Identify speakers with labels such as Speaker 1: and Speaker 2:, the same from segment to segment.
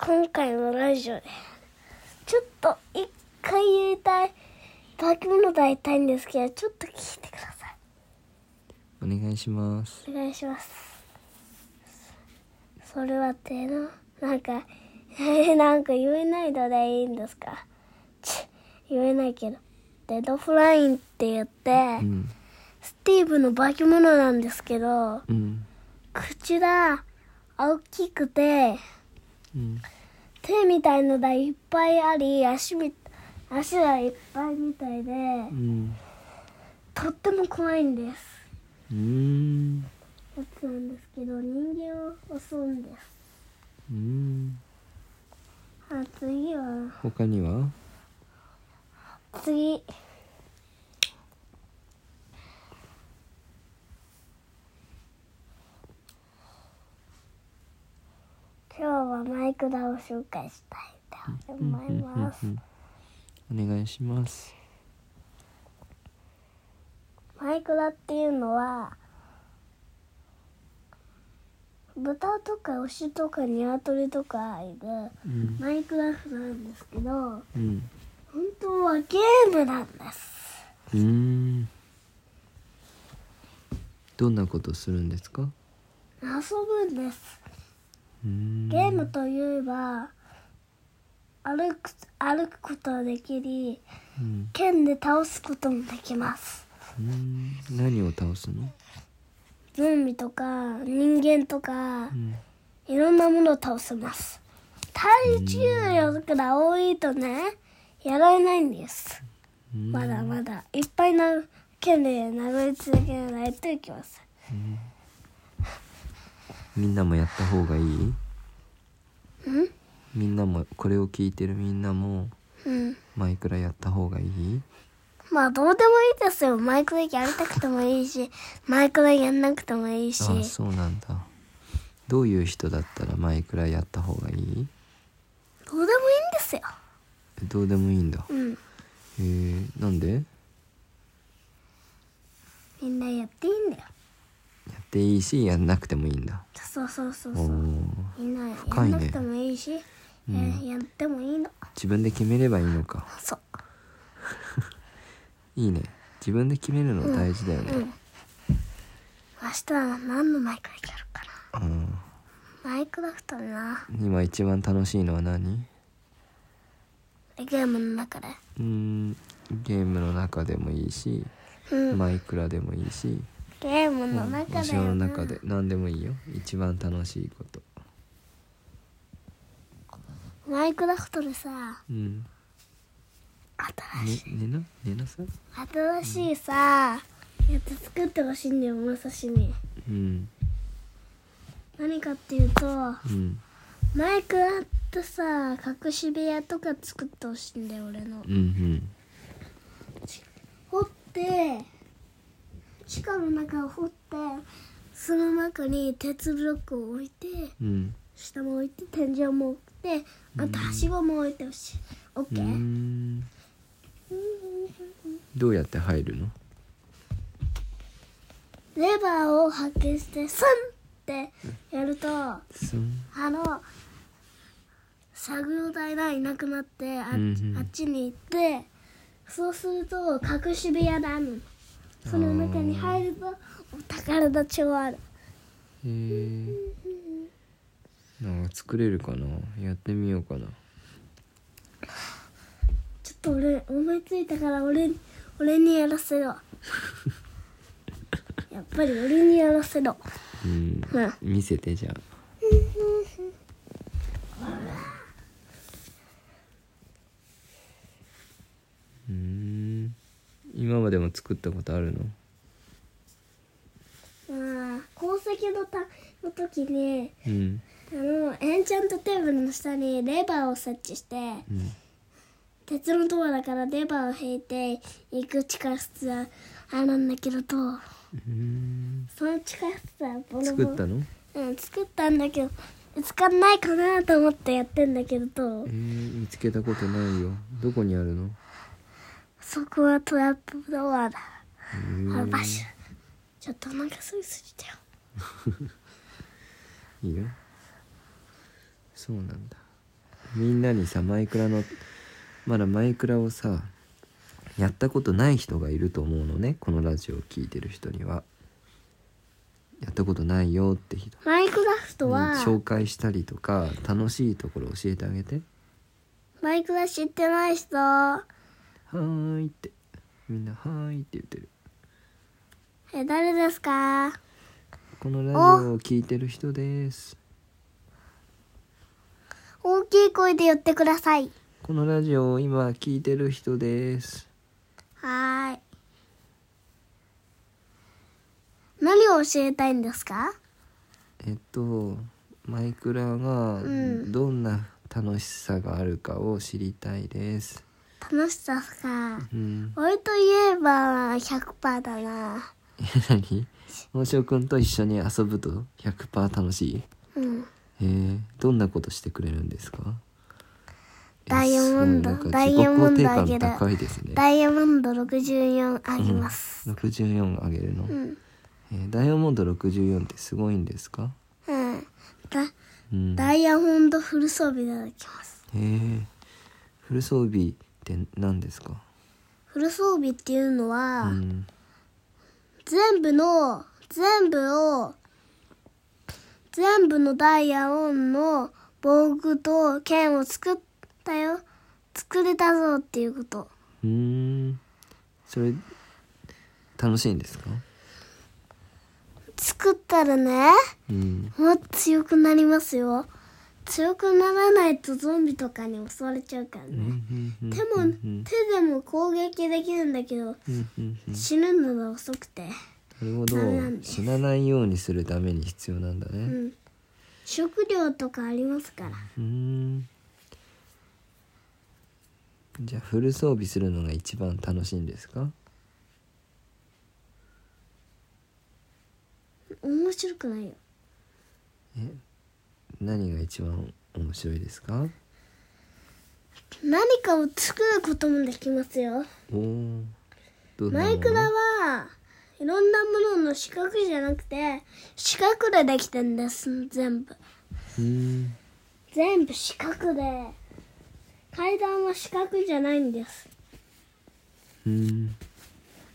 Speaker 1: 今回のラジオで、ちょっと一回言いたい、化け物と会いたいんですけど、ちょっと聞いてください。
Speaker 2: お願いします
Speaker 1: お願いしますそれはってのなんか なんか言えないのでいいんですかち言えないけどデッドフラインって言って、
Speaker 2: うん
Speaker 1: スティーブの化け物なんですけど
Speaker 2: うん
Speaker 1: 口が大きくて
Speaker 2: うん
Speaker 1: 手みたいのがいっぱいあり足み足がいっぱいみたいで
Speaker 2: うん
Speaker 1: とっても怖いんです
Speaker 2: うーん
Speaker 1: やつなんですけど人間を襲うんです
Speaker 2: うーん
Speaker 1: あ次は
Speaker 2: 他には
Speaker 1: 次今日はマイクラを紹介したいと思います
Speaker 2: うんうんうんお願いします
Speaker 1: マイクラっていうのは豚とか牛とか鶏とかいる
Speaker 2: うん
Speaker 1: マイクラフなんですけど本
Speaker 2: うん
Speaker 1: 当はゲームなんです
Speaker 2: うーんどんなことするんですか
Speaker 1: 遊ぶんです
Speaker 2: うーん
Speaker 1: ゲームといえば歩く歩くことができり
Speaker 2: うん
Speaker 1: 剣で倒すこともできます
Speaker 2: うーん何を倒すの
Speaker 1: ゾンビとか人間とか
Speaker 2: うん
Speaker 1: いろんなものを倒せます体重量が多いとねやられないんです
Speaker 2: うん
Speaker 1: まだまだいっぱいな剣で殴り続けないといけません
Speaker 2: みんなもやった方がいいみんなもこれを聞いてるみんなも
Speaker 1: うん
Speaker 2: マイクラやった方がいい
Speaker 1: まあどうでもいいですよマイクでやりたくてもいいしマイクでやんなくてもいいし
Speaker 2: あそうなんだどういう人だったらマイクラやった方がいい
Speaker 1: どうでもいいんですよ
Speaker 2: どうでもいいんだへ
Speaker 1: うん
Speaker 2: えなんでや
Speaker 1: みんなやっていいんだよ
Speaker 2: っていいしやんなくてもいいんだ
Speaker 1: そうそうそう
Speaker 2: お
Speaker 1: そ
Speaker 2: お
Speaker 1: う
Speaker 2: ー
Speaker 1: みんなや
Speaker 2: 深い
Speaker 1: ん
Speaker 2: ね
Speaker 1: なくてもいいしえーやってもいいの
Speaker 2: 自分で決めればいいのか
Speaker 1: そう
Speaker 2: いいね自分で決めるの大事だよね
Speaker 1: 明日は何のマイクラやるか
Speaker 2: うん
Speaker 1: なマイクラフトだな
Speaker 2: 今一番楽しいのは何
Speaker 1: ゲームの中で
Speaker 2: うーんゲームの中でもいいし
Speaker 1: うん
Speaker 2: マイクラでもいいし
Speaker 1: ゲームの中
Speaker 2: 日
Speaker 1: で
Speaker 2: 常の中で何でもいいよ一番楽しいこと
Speaker 1: マイクラフトでさ
Speaker 2: うん
Speaker 1: 新し
Speaker 2: ね
Speaker 1: い
Speaker 2: 寝な寝なさい
Speaker 1: 新しいさやつ作ってほしいんだよまさしに
Speaker 2: うん
Speaker 1: 何かっていうと
Speaker 2: うん
Speaker 1: マイクラってさ隠し部屋とか作ってほしいんだよ俺の
Speaker 2: うんうん
Speaker 1: 掘って地下の中を掘ってその中に鉄ブロックを置いて
Speaker 2: うん
Speaker 1: 下も置いて天井も置いてあとはしごも置いてほしいオッ
Speaker 2: う
Speaker 1: ケ
Speaker 2: ー
Speaker 1: ー
Speaker 2: んどうやって入るの
Speaker 1: レバーを発見してスンってやるとあ
Speaker 2: すん
Speaker 1: の作業台がいなくなってあ,、
Speaker 2: うんうん
Speaker 1: あっちに行ってそうすると隠し部屋だのその中に入るとお宝の帳ある
Speaker 2: へえなんか作れるかなやってみようかな
Speaker 1: ちょっと俺思いついたから俺に俺にやらせ ろやっぱり俺にやらせろ
Speaker 2: うん
Speaker 1: うん
Speaker 2: 見せてじゃあうーん今までも作ったことあるの
Speaker 1: まあ功績のたの時に
Speaker 2: うん
Speaker 1: あのエンチャントテーブルの下にレバーを設置して
Speaker 2: うん
Speaker 1: 鉄のドアだからレバーを引いていく地下室があるんだけどと
Speaker 2: うーん
Speaker 1: その地下室はボロボロ
Speaker 2: 作ったの
Speaker 1: うん作ったんだけど見つかんないかなと思ってやってんだけどと
Speaker 2: えー、見つけたことないよどこにあるの
Speaker 1: そこはトラップドアだ
Speaker 2: へー
Speaker 1: あバシュちょっとお腹すいすぎたよ
Speaker 2: いいよそうなんだみんなにさマイクラのまだマイクラをさやったことない人がいると思うのねこのラジオを聞いてる人にはやったことないよって人
Speaker 1: マイクラフト
Speaker 2: に
Speaker 1: は、
Speaker 2: 紹介したりとか楽しいところ教えてあげて
Speaker 1: マイクラ知ってない人、え、
Speaker 2: 「はーい」ってみんな「はーい」って言ってる
Speaker 1: 誰ですか
Speaker 2: このラジオを聞いてる人です
Speaker 1: 大きい声で言ってください。
Speaker 2: このラジオを今聞いてる人です
Speaker 1: はーい。何を教えたいんですか
Speaker 2: えっとマイクラが
Speaker 1: ん
Speaker 2: どんな楽しさがあるかを知りたいです、
Speaker 1: 楽しさか。
Speaker 2: うん、
Speaker 1: 俺といえば100%だな。
Speaker 2: え何大塩くんと一緒に遊ぶと100%楽しい
Speaker 1: うん。
Speaker 2: へえどんなことしてくれるんですかえ
Speaker 1: ダイヤモンド
Speaker 2: そうなんか
Speaker 1: ダイヤモンドあげる
Speaker 2: 自己肯定感高いですね
Speaker 1: ダイヤモンド64あげます。
Speaker 2: 64あげるの、
Speaker 1: ん
Speaker 2: えーダイヤモンド64ってすごいんですか
Speaker 1: うん。だ
Speaker 2: うん
Speaker 1: ダイヤモンドフル装備いただきます。
Speaker 2: へえフル装備って何ですか
Speaker 1: フル装備っていうのは、
Speaker 2: うん
Speaker 1: 全部の、全部を、全部のダイヤモンドの防具と剣を作ったよ。作れたぞっていうこと。
Speaker 2: うーんそれ楽しいんですか
Speaker 1: 作ったらね、
Speaker 2: うん
Speaker 1: もう強くなりますよ。強くならないとゾンビとかに襲われちゃうから
Speaker 2: うんう
Speaker 1: ね。
Speaker 2: んうん
Speaker 1: 手も、手でも攻撃できるんだけど、
Speaker 2: うんうんうん
Speaker 1: 死ぬのが遅くて。
Speaker 2: なるほど
Speaker 1: ダメなんです
Speaker 2: 死なないようにするために必要なんだ
Speaker 1: う
Speaker 2: ね
Speaker 1: ん。食料とかありますから。
Speaker 2: うーんじゃあフル装備するのが一番楽しいんですか
Speaker 1: 面白くないよ。
Speaker 2: え何が一番面白いですか
Speaker 1: 何かを作ることもできますよ。
Speaker 2: おーどんな
Speaker 1: マ
Speaker 2: もの
Speaker 1: イクラはいろんなものの四角じゃなくて四角でできてんです全部
Speaker 2: うーん
Speaker 1: 全部四角で階段は四角じゃないんです
Speaker 2: うーん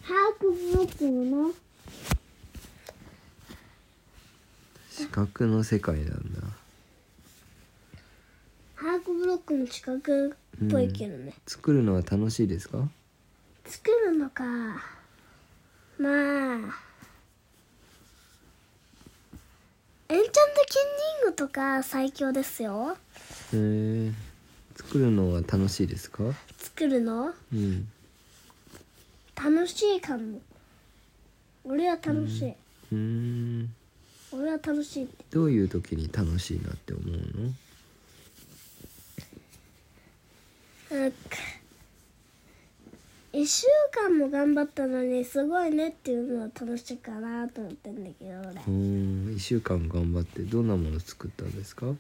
Speaker 1: 把握ブロックの
Speaker 2: 四角の世界なんだ
Speaker 1: 把握ブロックの四角っぽいけどね、
Speaker 2: 作るのは楽しいですか
Speaker 1: 作るのかまあエンチャントキンディングとか最強ですよ
Speaker 2: へー作るのは楽しいですか
Speaker 1: 作るの
Speaker 2: うん
Speaker 1: 楽しいかも俺は楽しい、
Speaker 2: うーん
Speaker 1: 俺は楽しいって
Speaker 2: どういう時に楽しいなって思うの
Speaker 1: なんか1週間も頑張ったのにすごいねっていうのは楽しいかなと思ってんだけど俺
Speaker 2: うーん1週間頑張ってどんなもの作ったんですか
Speaker 1: う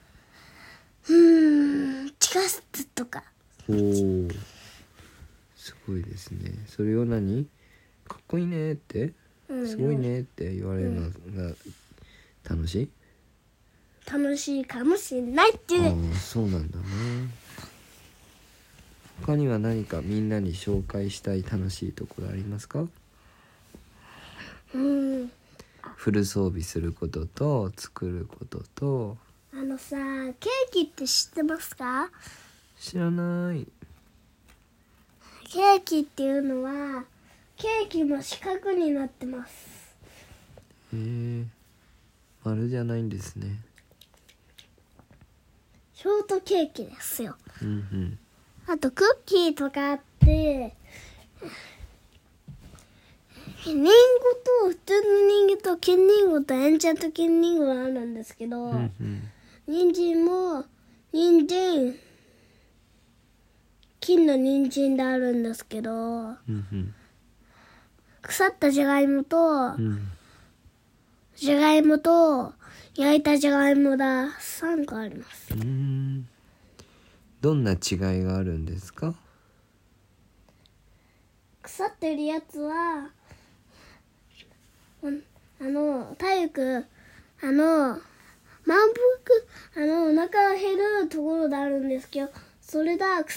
Speaker 1: ーん地下室とか
Speaker 2: おーすごいですねそれを何かっこいいねって
Speaker 1: うん
Speaker 2: すごいねって言われるのが楽しい、
Speaker 1: 楽しいかもしれないっていう
Speaker 2: ああそうなんだね他には何かみんなに紹介したい楽しいところありますか
Speaker 1: うん
Speaker 2: フル装備することと作ることと
Speaker 1: あのさケーキって知ってますか
Speaker 2: 知らない
Speaker 1: ケーキっていうのはケーキも四角になってます
Speaker 2: へえ丸じゃないんですね
Speaker 1: ショートケーキですよ
Speaker 2: うんうん
Speaker 1: あとクッキーとかあってリンゴと普通のリンゴと金リンゴとエンチャント金リンゴがあるんですけど、
Speaker 2: うんうん
Speaker 1: 人参も人参金の人参であるんですけど
Speaker 2: うんうん
Speaker 1: 腐ったじゃがいもと
Speaker 2: うん
Speaker 1: じゃがいもと焼いたじゃがいもだ3個あります
Speaker 2: うーんどんな違いがあるんですか
Speaker 1: 腐ってるやつはうんあの体育あの満腹あの何腹が減るところであるんですけどそれだ腐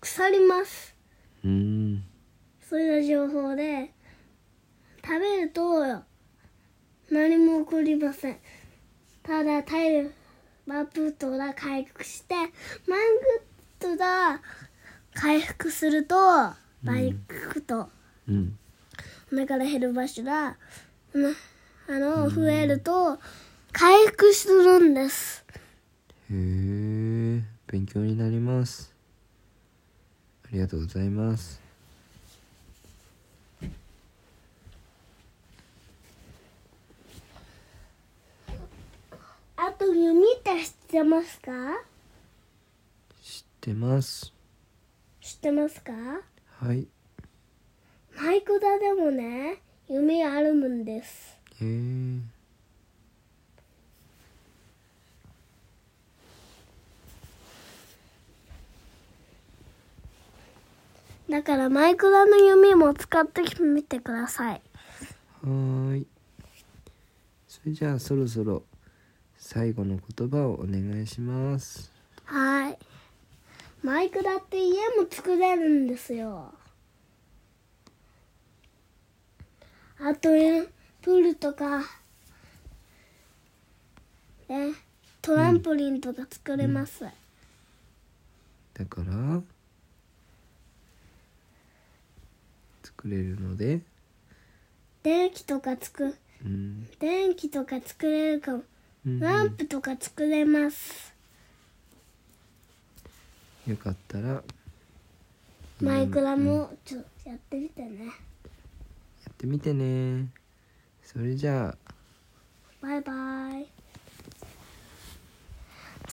Speaker 1: 腐ります
Speaker 2: うーん
Speaker 1: そういう情報で食べると何も起こりませんただ体力バプトが回復してマングットが回復するとバイクと、
Speaker 2: うん
Speaker 1: お腹が減る場所がなあの増えると回復するんです
Speaker 2: へえ勉強になりますありがとうございます
Speaker 1: あと弓って知ってますか
Speaker 2: 知ってます
Speaker 1: 知ってますか
Speaker 2: はい
Speaker 1: マイクダでもね弓あるんです
Speaker 2: へえ
Speaker 1: だからマイクダの弓も使ってみてください
Speaker 2: はーいそれじゃあそろそろ最後の言葉をお願いします
Speaker 1: はいマイクダって家も作れるんですよあとねプールとかねトランポリンとか作れます、
Speaker 2: だから作れるので
Speaker 1: 電気とかつく
Speaker 2: うん
Speaker 1: 電気とか作れるかも
Speaker 2: うん
Speaker 1: ランプとか作れます
Speaker 2: よかったらや
Speaker 1: マイクラもちょっとやってみてね
Speaker 2: ってみてねそれじゃあ
Speaker 1: バイバイ